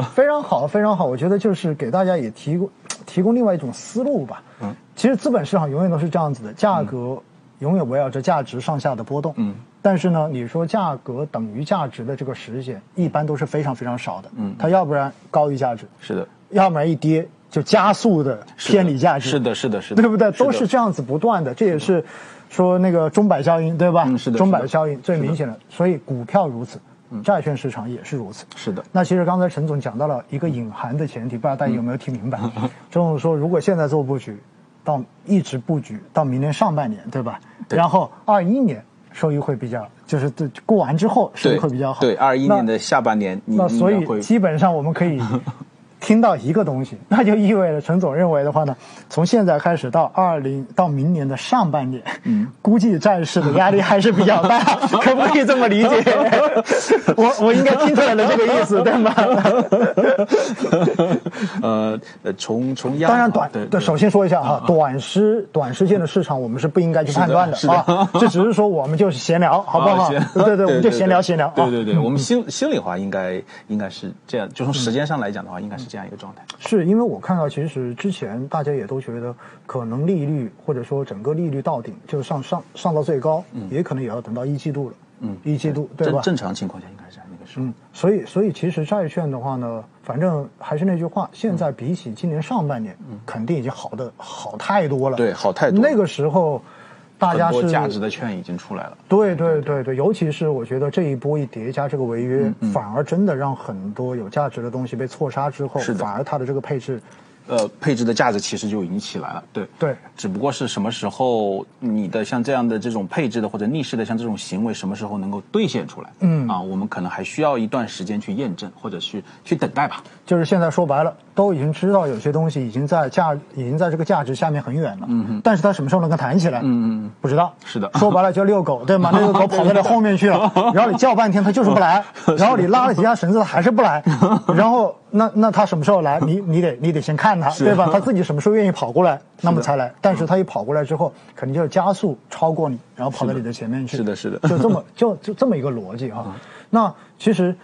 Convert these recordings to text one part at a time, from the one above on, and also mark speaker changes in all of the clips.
Speaker 1: 非常好，非常好。我觉得就是给大家也提供提供另外一种思路吧。
Speaker 2: 嗯，
Speaker 1: 其实资本市场永远都是这样子的，价格永远围绕着价值上下的波动。
Speaker 2: 嗯，
Speaker 1: 但是呢，你说价格等于价值的这个时间，一般都是非常非常少的。
Speaker 2: 嗯
Speaker 1: 它要不然高于价值，
Speaker 2: 是的，
Speaker 1: 要不然一跌就加速的
Speaker 2: 是的
Speaker 1: 偏离价值。
Speaker 2: 是的，是的，是的，
Speaker 1: 对不对？
Speaker 2: 的
Speaker 1: 都是这样子不断的，这也是说那个钟摆效应，对吧？
Speaker 2: 嗯是的
Speaker 1: 钟
Speaker 2: 是
Speaker 1: 摆
Speaker 2: 的嗯
Speaker 1: 效应最明显的，所以股票如此，债券市场也是如此。
Speaker 2: 是的
Speaker 1: 那其实刚才陈总讲到了一个隐含的前提，不知道大家有没有听 明白？陈总说，如果现在做布局，到一直布局到明年上半年，对吧？
Speaker 2: 对
Speaker 1: 然后二一年收益会比较，就是对过完之后收益
Speaker 2: 对
Speaker 1: 会比较好。
Speaker 2: 对，二一
Speaker 1: 那
Speaker 2: 年的下半年，你
Speaker 1: 那所
Speaker 2: 嗯应
Speaker 1: 以
Speaker 2: 该会
Speaker 1: 基本上我们可以听到一个东西， 那就意味着陈总认为的话呢，从现在开始到二零到明年的上半年，
Speaker 2: 嗯
Speaker 1: 估计战士的压力还是比较 大，可不可以这么理解？我我应该听出来了这个意思，对 吗？
Speaker 2: 呃呃，从从压
Speaker 1: 当然短，
Speaker 2: 对，啊
Speaker 1: 首先说一下哈，短时短时间的市场我们是不应该去判断
Speaker 2: 是的
Speaker 1: 啊，这只是说我们就是闲聊，好不
Speaker 2: 啊
Speaker 1: 好？
Speaker 2: 闲
Speaker 1: 对 对，我们就
Speaker 2: 对
Speaker 1: 闲聊闲聊啊
Speaker 2: 对。对 对，我们心心里话应该应该是这样，就从
Speaker 1: 嗯
Speaker 2: 时间上来讲的话，应该是这样一个状态。
Speaker 1: 是因为我看到，其实之前大家也都觉得，可能利率或者说整个利率到顶，就是上上上到最高，也可能也要等到一季度了。
Speaker 2: 嗯
Speaker 1: 一季度对
Speaker 2: 正
Speaker 1: 吧？
Speaker 2: 正常情况下应该是这样一个时候
Speaker 1: 嗯。，所以所以其实债券的话呢，反正还是那句话，现
Speaker 2: 嗯
Speaker 1: 在比起今年上半年，肯定已经好的好太多了。
Speaker 2: 对好太多了
Speaker 1: 那个时候，大家
Speaker 2: 很
Speaker 1: 是
Speaker 2: 多价值嗯的券已经出来了。
Speaker 1: 对对对对，尤其是我觉得这一波一叠加这个违约，
Speaker 2: 嗯
Speaker 1: 反而真的让很多有价值的东西被错杀之后，
Speaker 2: 是的
Speaker 1: 反而它的这个配置
Speaker 2: 呃，配置的价值其实就已经起来了，对
Speaker 1: 对
Speaker 2: 只不过是什么时候你的像这样的这种配置的或者逆势的像这种行为，什么时候能够兑现出来？
Speaker 1: 嗯
Speaker 2: 啊，我们可能还需要一段时间去验证或者去去等待吧。
Speaker 1: 就是现在说白了，都已经知道有些东西已经在价，已经在这个价值下面很远了。嗯但是它什么时候能够弹起来？
Speaker 2: 嗯嗯嗯
Speaker 1: 不知道。
Speaker 2: 是的
Speaker 1: 说白了就遛狗， 对吗？那个狗跑到你后面去了，然后你叫半天它就是不来，然后你拉了几下绳子它还是不来，然后那那它什么时候来？你你得你得先看它，对吧？它自己什么时候愿意跑过来，那么才来。但是它一跑过来之后，肯定就加速超过你，然后跑到你的前面去。
Speaker 2: 是的是嗯的
Speaker 1: 就这 么就就这么一个逻辑啊。那其实，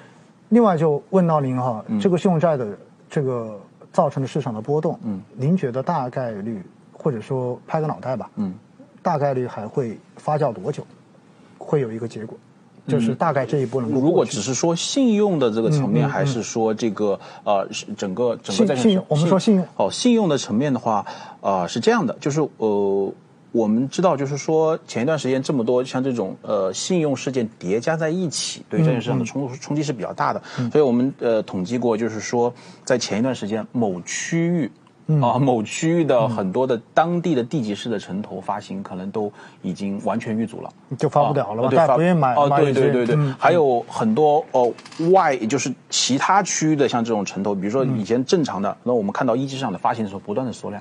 Speaker 1: 另外就问到您哈，
Speaker 2: 嗯
Speaker 1: 这个信用债的这个造成的市场的波动，嗯，您觉得大概率或者说拍个脑袋吧，
Speaker 2: 嗯，
Speaker 1: 大概率还会发酵多久？会有一个结果，就是大概这一波能够
Speaker 2: 嗯如
Speaker 1: 过
Speaker 2: 果
Speaker 1: 去。
Speaker 2: 只是说信用的这个层
Speaker 1: 嗯
Speaker 2: 面，还是说这个呃是整个整个
Speaker 1: 信
Speaker 2: 债券
Speaker 1: 信用我们说信用
Speaker 2: 哦，信用的层面的话，啊是这样的，就是呃。我们知道，就是说前一段时间这么多像这种呃信用事件叠加在一起，对债券
Speaker 1: 嗯
Speaker 2: 市场的冲、冲击是比较大的。所以我们呃统计过，就是说在前一段时间某区域
Speaker 1: 嗯
Speaker 2: 啊、某区域的很多的当地的地级市的城投发行，可能都已经完全遇阻了。
Speaker 1: 就发不了了吧？
Speaker 2: 啊对
Speaker 1: 大家
Speaker 2: 发
Speaker 1: 不愿意买
Speaker 2: 哦，
Speaker 1: 买
Speaker 2: 对
Speaker 1: 这些
Speaker 2: 对对对，
Speaker 1: 嗯
Speaker 2: 还有很多哦外，就是其他区域的像这种城投，比如说以前正常的，那我们看到一级市场的发行的时候不断的缩量，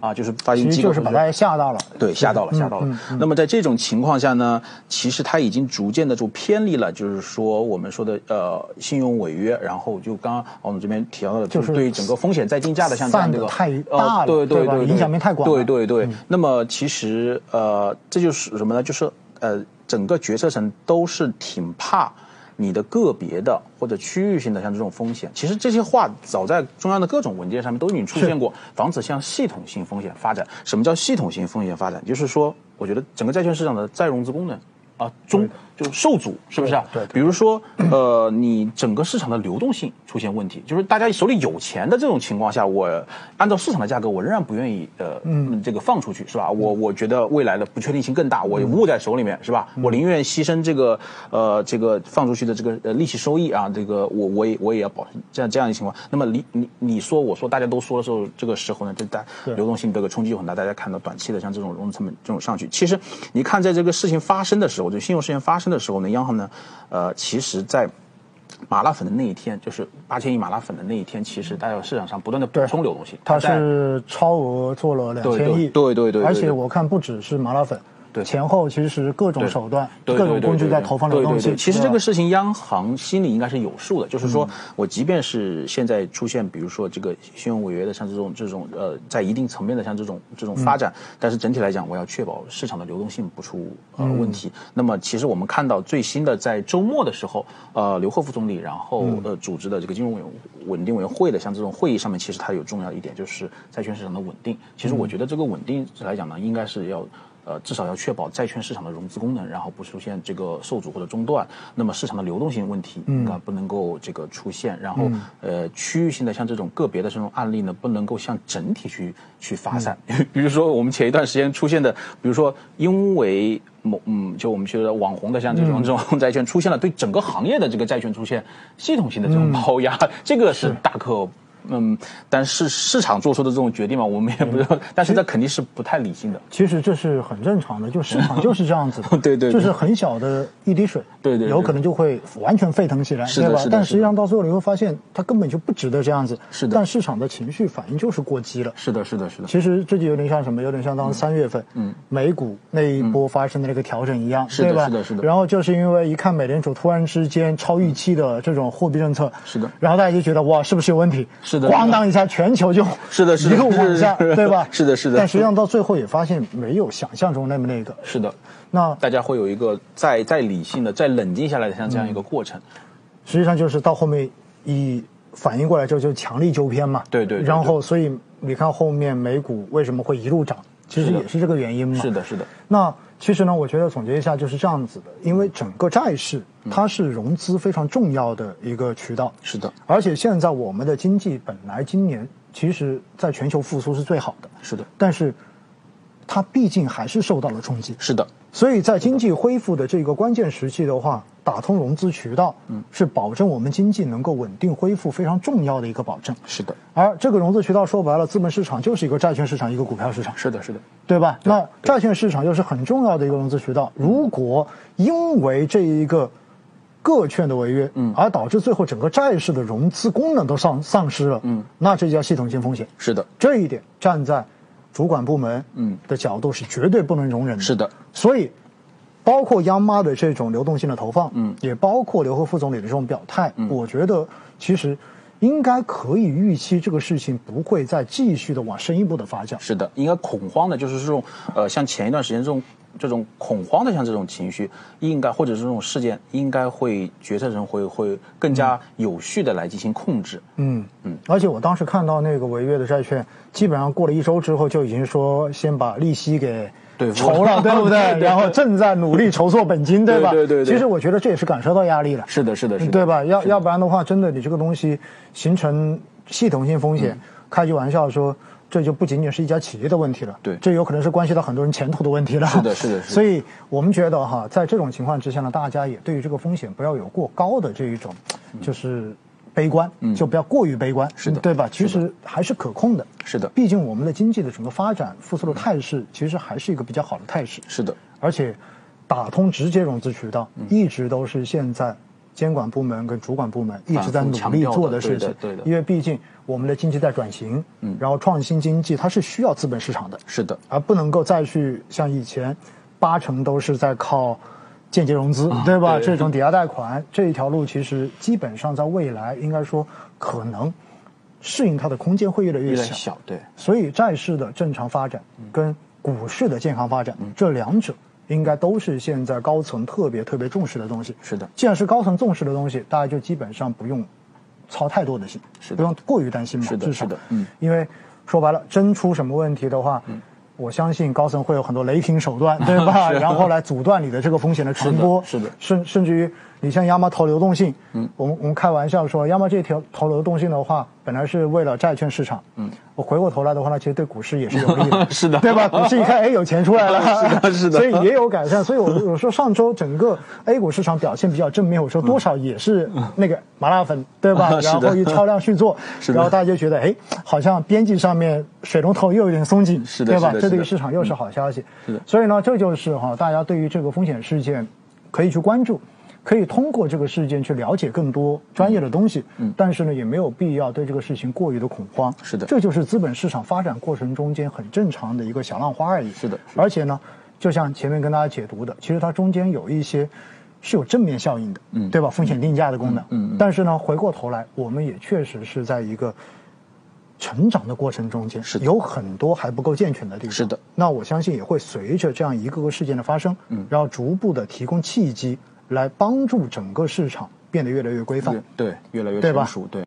Speaker 2: 啊，就是发
Speaker 1: 嗯
Speaker 2: 行
Speaker 1: 其实
Speaker 2: 机构
Speaker 1: 就是把嗯
Speaker 2: 会
Speaker 1: 大家吓到了。
Speaker 2: 对，吓到了，吓到了。那么在这种情况下呢，其实它已经逐渐的就偏离了，就是说我们说的呃信用违约，然后就刚刚我们这边提到的，
Speaker 1: 就是
Speaker 2: 对于整个风险再竞价的像这样这个
Speaker 1: 散得太大了
Speaker 2: 呃、对
Speaker 1: 对吧
Speaker 2: 对，
Speaker 1: 影响面太广了嗯
Speaker 2: 对对对。那么其实呃，这就是什么呢？就是呃，整个决策层都是挺怕。你的个别的或者区域性的像这种风险，其实这些话早在中央的各种文件上面都已经出
Speaker 1: 是
Speaker 2: 现过，防止向系统性风险发展。什么叫系统性风险发展？就是说，我觉得整个债券市场的再融资功能啊，中就受阻，是不是啊？
Speaker 1: 对对对
Speaker 2: 比如说，呃，你整个市场的流动性出现问题，就是大家手里有钱的这种情况下，我按照市场的价格，我仍然不愿意呃，嗯，这个放出去是吧？我我觉得未来的不确定性更大，我握在手里面是吧？我宁愿牺牲这个呃这个放出去的这个呃利息收益啊，这个我我也我也要保这样这样一个情况。那么你你你说我说大家都说的时候，这个时候呢，这大
Speaker 1: 对
Speaker 2: 流动性这个冲击有很大，大家看到短期的像这种融资成本这种上去，其实你看在这个事情发生的时候，就信用事件发生的时候呢，央行呢，呃，其实在。马拉粉的那一天，就是八千亿马拉粉的那一天，其实大家市场上不断的补充流动性。
Speaker 1: 它
Speaker 2: 在
Speaker 1: 是超额做了两
Speaker 2: 对
Speaker 1: 千
Speaker 2: 对
Speaker 1: 亿，
Speaker 2: 对对对对
Speaker 1: 而且
Speaker 2: 对
Speaker 1: 我看不只是麻辣粉，
Speaker 2: 对
Speaker 1: 前后其实各种手段、
Speaker 2: 对
Speaker 1: 各种工具在投放流动
Speaker 2: 对对
Speaker 1: 性。
Speaker 2: 对其实这
Speaker 1: 对
Speaker 2: 个
Speaker 1: 吧嗯
Speaker 2: 事情，央行心里应该是有数的，就是说我即便是现在出现，比如说这个信用违约的，像这种这种呃，在一定层面的像这种这
Speaker 1: 嗯
Speaker 2: 种发展，但是整体来讲，我要确保市场的流动性不出呃
Speaker 1: 嗯
Speaker 2: 问题。那么，其实我们看到最新的在周末的时候，呃，刘鹤副总理然后
Speaker 1: 嗯
Speaker 2: 呃组织的这个金融委稳定委员会的像这种会议上面，其实它有重要一点就是债券市场的稳定。其实
Speaker 1: 嗯
Speaker 2: 我觉得这个稳定来讲呢，应该是要。呃，至少要确保债券市场的融资功能，然后不出现这个受阻或者中断。那么市场的流动性问题应该不能够这个出现。然后呃，区域性的像这种个别的这种案例呢，不能够向整体去去发散。 比如说我们前一段时间出现的，比如说因为某嗯，就我们觉得网红的像这种、这种债券出现了对整个行业的这个债券出现系统性的这种抛压，这个嗯是大可。嗯，但是市场做出的这种决定嘛，我们也不知道，但是这肯定是不太理性的。
Speaker 1: 其实这是很正常的，就市 场就是这样子的，
Speaker 2: 对对对
Speaker 1: 就是很小的一滴水，
Speaker 2: 对对对
Speaker 1: 有可能就会完全沸腾起来，
Speaker 2: 是的
Speaker 1: 对吧
Speaker 2: 是的？
Speaker 1: 但实际上到最后你会发现，它根本就不值得这样子，
Speaker 2: 是的
Speaker 1: 但市场的情绪反应就是过激了。
Speaker 2: 是的，是的，是的。
Speaker 1: 其实这就有点像什么？有点像当时三月份，嗯，美股那一波发生的那个调整一样，
Speaker 2: 是的
Speaker 1: 对吧？
Speaker 2: 是的是的
Speaker 1: 然后就是因为一看美联储突然之间超预期的这种货币政策，
Speaker 2: 是的
Speaker 1: 然后大家就觉得哇，是不是有问题？
Speaker 2: 是的
Speaker 1: 咣当一下，全球就是
Speaker 2: 的是的
Speaker 1: 一路往下，
Speaker 2: 是的
Speaker 1: 对吧？
Speaker 2: 是的是的
Speaker 1: 但实际上到最后也发现没有想象中那么那个。
Speaker 2: 是的，
Speaker 1: 那
Speaker 2: 大家会有一个再再理性的、再冷静下来的像
Speaker 1: 嗯
Speaker 2: 这样一个过程。
Speaker 1: 实际上就是到后面一反应过来之后就强力纠偏嘛，
Speaker 2: 对对对对
Speaker 1: 然后所以你看后面美股为什么会一路涨，其实
Speaker 2: 是的
Speaker 1: 也是这个原因嘛。
Speaker 2: 是的，是的，
Speaker 1: 那其实呢，我觉得总结一下就是这样子的，因为整个债市它是融资非常重要的一个渠道，
Speaker 2: 是的，
Speaker 1: 而且现在我们的经济本来今年其实在全球复苏是最好的，
Speaker 2: 是的，
Speaker 1: 但是它毕竟还是受到了冲击，
Speaker 2: 是的，
Speaker 1: 所以在经济恢复的这个关键时期的话，打通融资渠道，嗯，是保证我们经济能够稳定恢复非常重要的一个保证。
Speaker 2: 是的，
Speaker 1: 而这个融资渠道说白了，资本市场就是一个债券市场，一个股票市场。
Speaker 2: 是的，是的，
Speaker 1: 对嗯吧？那债券市场又是很重要的一个融资渠道。如果因为这一个个券的违约，嗯，而导致最后整个债市的融资功能都丧丧失了，嗯，那这叫系统性风险。
Speaker 2: 是的，
Speaker 1: 这一点站在主管部门
Speaker 2: 嗯
Speaker 1: 的角度是绝对不能容忍的。
Speaker 2: 是的，
Speaker 1: 所以包括央妈的这种流动性的投放，
Speaker 2: 嗯
Speaker 1: 也包括刘鹤副总理的这种表态，我觉得其实应该可以预期这个事情不会再继续的往深一步的发展。
Speaker 2: 是的。应该恐慌的，就是这种呃，像前一段时间这种这种恐慌的，像这种情绪，应该或者是这种事件，应该会决策人会会更加有序的来进行控制。
Speaker 1: 嗯嗯，而且我当时看到那个违约的债券，基本上过了一周之后就已经说先把利息给
Speaker 2: 对付
Speaker 1: 筹了，
Speaker 2: 了
Speaker 1: 对不
Speaker 2: 对
Speaker 1: 对？
Speaker 2: 对
Speaker 1: 然后正在努力筹措本金，对吧？
Speaker 2: 对对对对
Speaker 1: 其实我觉得这也是感受到压力了，
Speaker 2: 是的，是的，是的，
Speaker 1: 对吧？要要不然的话，真的你这个东西形成系统性风险，
Speaker 2: 嗯
Speaker 1: 开句玩笑说。这就不仅仅是一家企业的问题了，
Speaker 2: 对
Speaker 1: 这有可能是关系到很多人前途的问题了。
Speaker 2: 是的是的是的
Speaker 1: 所以我们觉得哈，在这种情况之下呢，大家也对于这个风险不要有过高的这一种，就是悲观，就不要过于悲观，
Speaker 2: 嗯是的
Speaker 1: 对吧？其
Speaker 2: 是
Speaker 1: 实还是可控的，
Speaker 2: 是的
Speaker 1: 毕竟我们的经济的整个发展复苏的态势，其实还是一个比较好的态势，
Speaker 2: 是的，
Speaker 1: 而且打通直接融资渠道，
Speaker 2: 嗯
Speaker 1: 一直都是现在监管部门跟主管部门一直在
Speaker 2: 反复
Speaker 1: 努
Speaker 2: 强
Speaker 1: 力
Speaker 2: 调
Speaker 1: 做
Speaker 2: 的
Speaker 1: 事
Speaker 2: 对的
Speaker 1: 情。
Speaker 2: 对的
Speaker 1: 因为毕竟我们的经济在转型，嗯，然后创新经济它是需要资本市场的，
Speaker 2: 是的，
Speaker 1: 而不能够再去像以前八成都是在靠间接融资，对吧？
Speaker 2: 啊对
Speaker 1: 这种抵押贷款这一条路，其实基本上在未来应该说可能适应它的空间会越来
Speaker 2: 越
Speaker 1: 越
Speaker 2: 来
Speaker 1: 小。
Speaker 2: 越小，对，
Speaker 1: 所以债市的正常发展
Speaker 2: 嗯
Speaker 1: 跟股市的健康发展，这两者应该都是现在高层特别特别重视的东西。
Speaker 2: 是的
Speaker 1: 既然是高层重视的东西，大家就基本上不用操太多的心，
Speaker 2: 是的
Speaker 1: 不用过于担心嘛。
Speaker 2: 是的
Speaker 1: 至少
Speaker 2: 是的嗯，
Speaker 1: 因为说白了，真出什么问题的话。我相信高层会有很多雷霆手 段，对吧？然后来阻断你的这个风险的传播，
Speaker 2: 啊是的是的
Speaker 1: 甚甚至于你像亚麻投流动性，嗯，我们我们开玩笑说，亚麻这条投流动性的话，本来是为了债券市场，嗯，我回过头来的话呢，其实对股市也是有利的，
Speaker 2: 是的
Speaker 1: 对吧？股市一看，哎，有钱出来了，
Speaker 2: 是的是 的
Speaker 1: 所以也有改善。所以我我说上周整个 A 股市场表现比较正面，我说多少也是那个麻辣粉，对吧？
Speaker 2: 嗯啊是
Speaker 1: 然
Speaker 2: 的
Speaker 1: 后又超量续做，
Speaker 2: 是的
Speaker 1: 然后大家就觉得，哎，好像边际上面水龙头又有点松紧，
Speaker 2: 是的
Speaker 1: 对吧
Speaker 2: 是？的
Speaker 1: 这对于
Speaker 2: 是
Speaker 1: 市
Speaker 2: 的嗯
Speaker 1: 场又是好消息。
Speaker 2: 是的
Speaker 1: 所以呢，这就是哈，大家对于这个风险事件可以去关注，可以通过这个事件去了解更多专业的东西。嗯，但是呢，也没有必要对这个事情过于的恐慌。
Speaker 2: 是的
Speaker 1: 这就是资本市场发展过程中间很正常的一个小浪花而已。
Speaker 2: 是的是的
Speaker 1: 而且呢，就像前面跟大家解读的，其实它中间有一些是有正面效应的，嗯，对吧？风险定价的功能，嗯，但是呢，回过头来，我们也确实是在一个成长的过程中间，
Speaker 2: 是的
Speaker 1: 有很多还不够健全的地方，
Speaker 2: 是的。
Speaker 1: 那我相信也会随着这样一个个事件的发生，嗯，然后逐步的提供契机来帮助整个市场变得越来越规范
Speaker 2: 对，，对，越来越
Speaker 1: 对吧
Speaker 2: 成熟，对。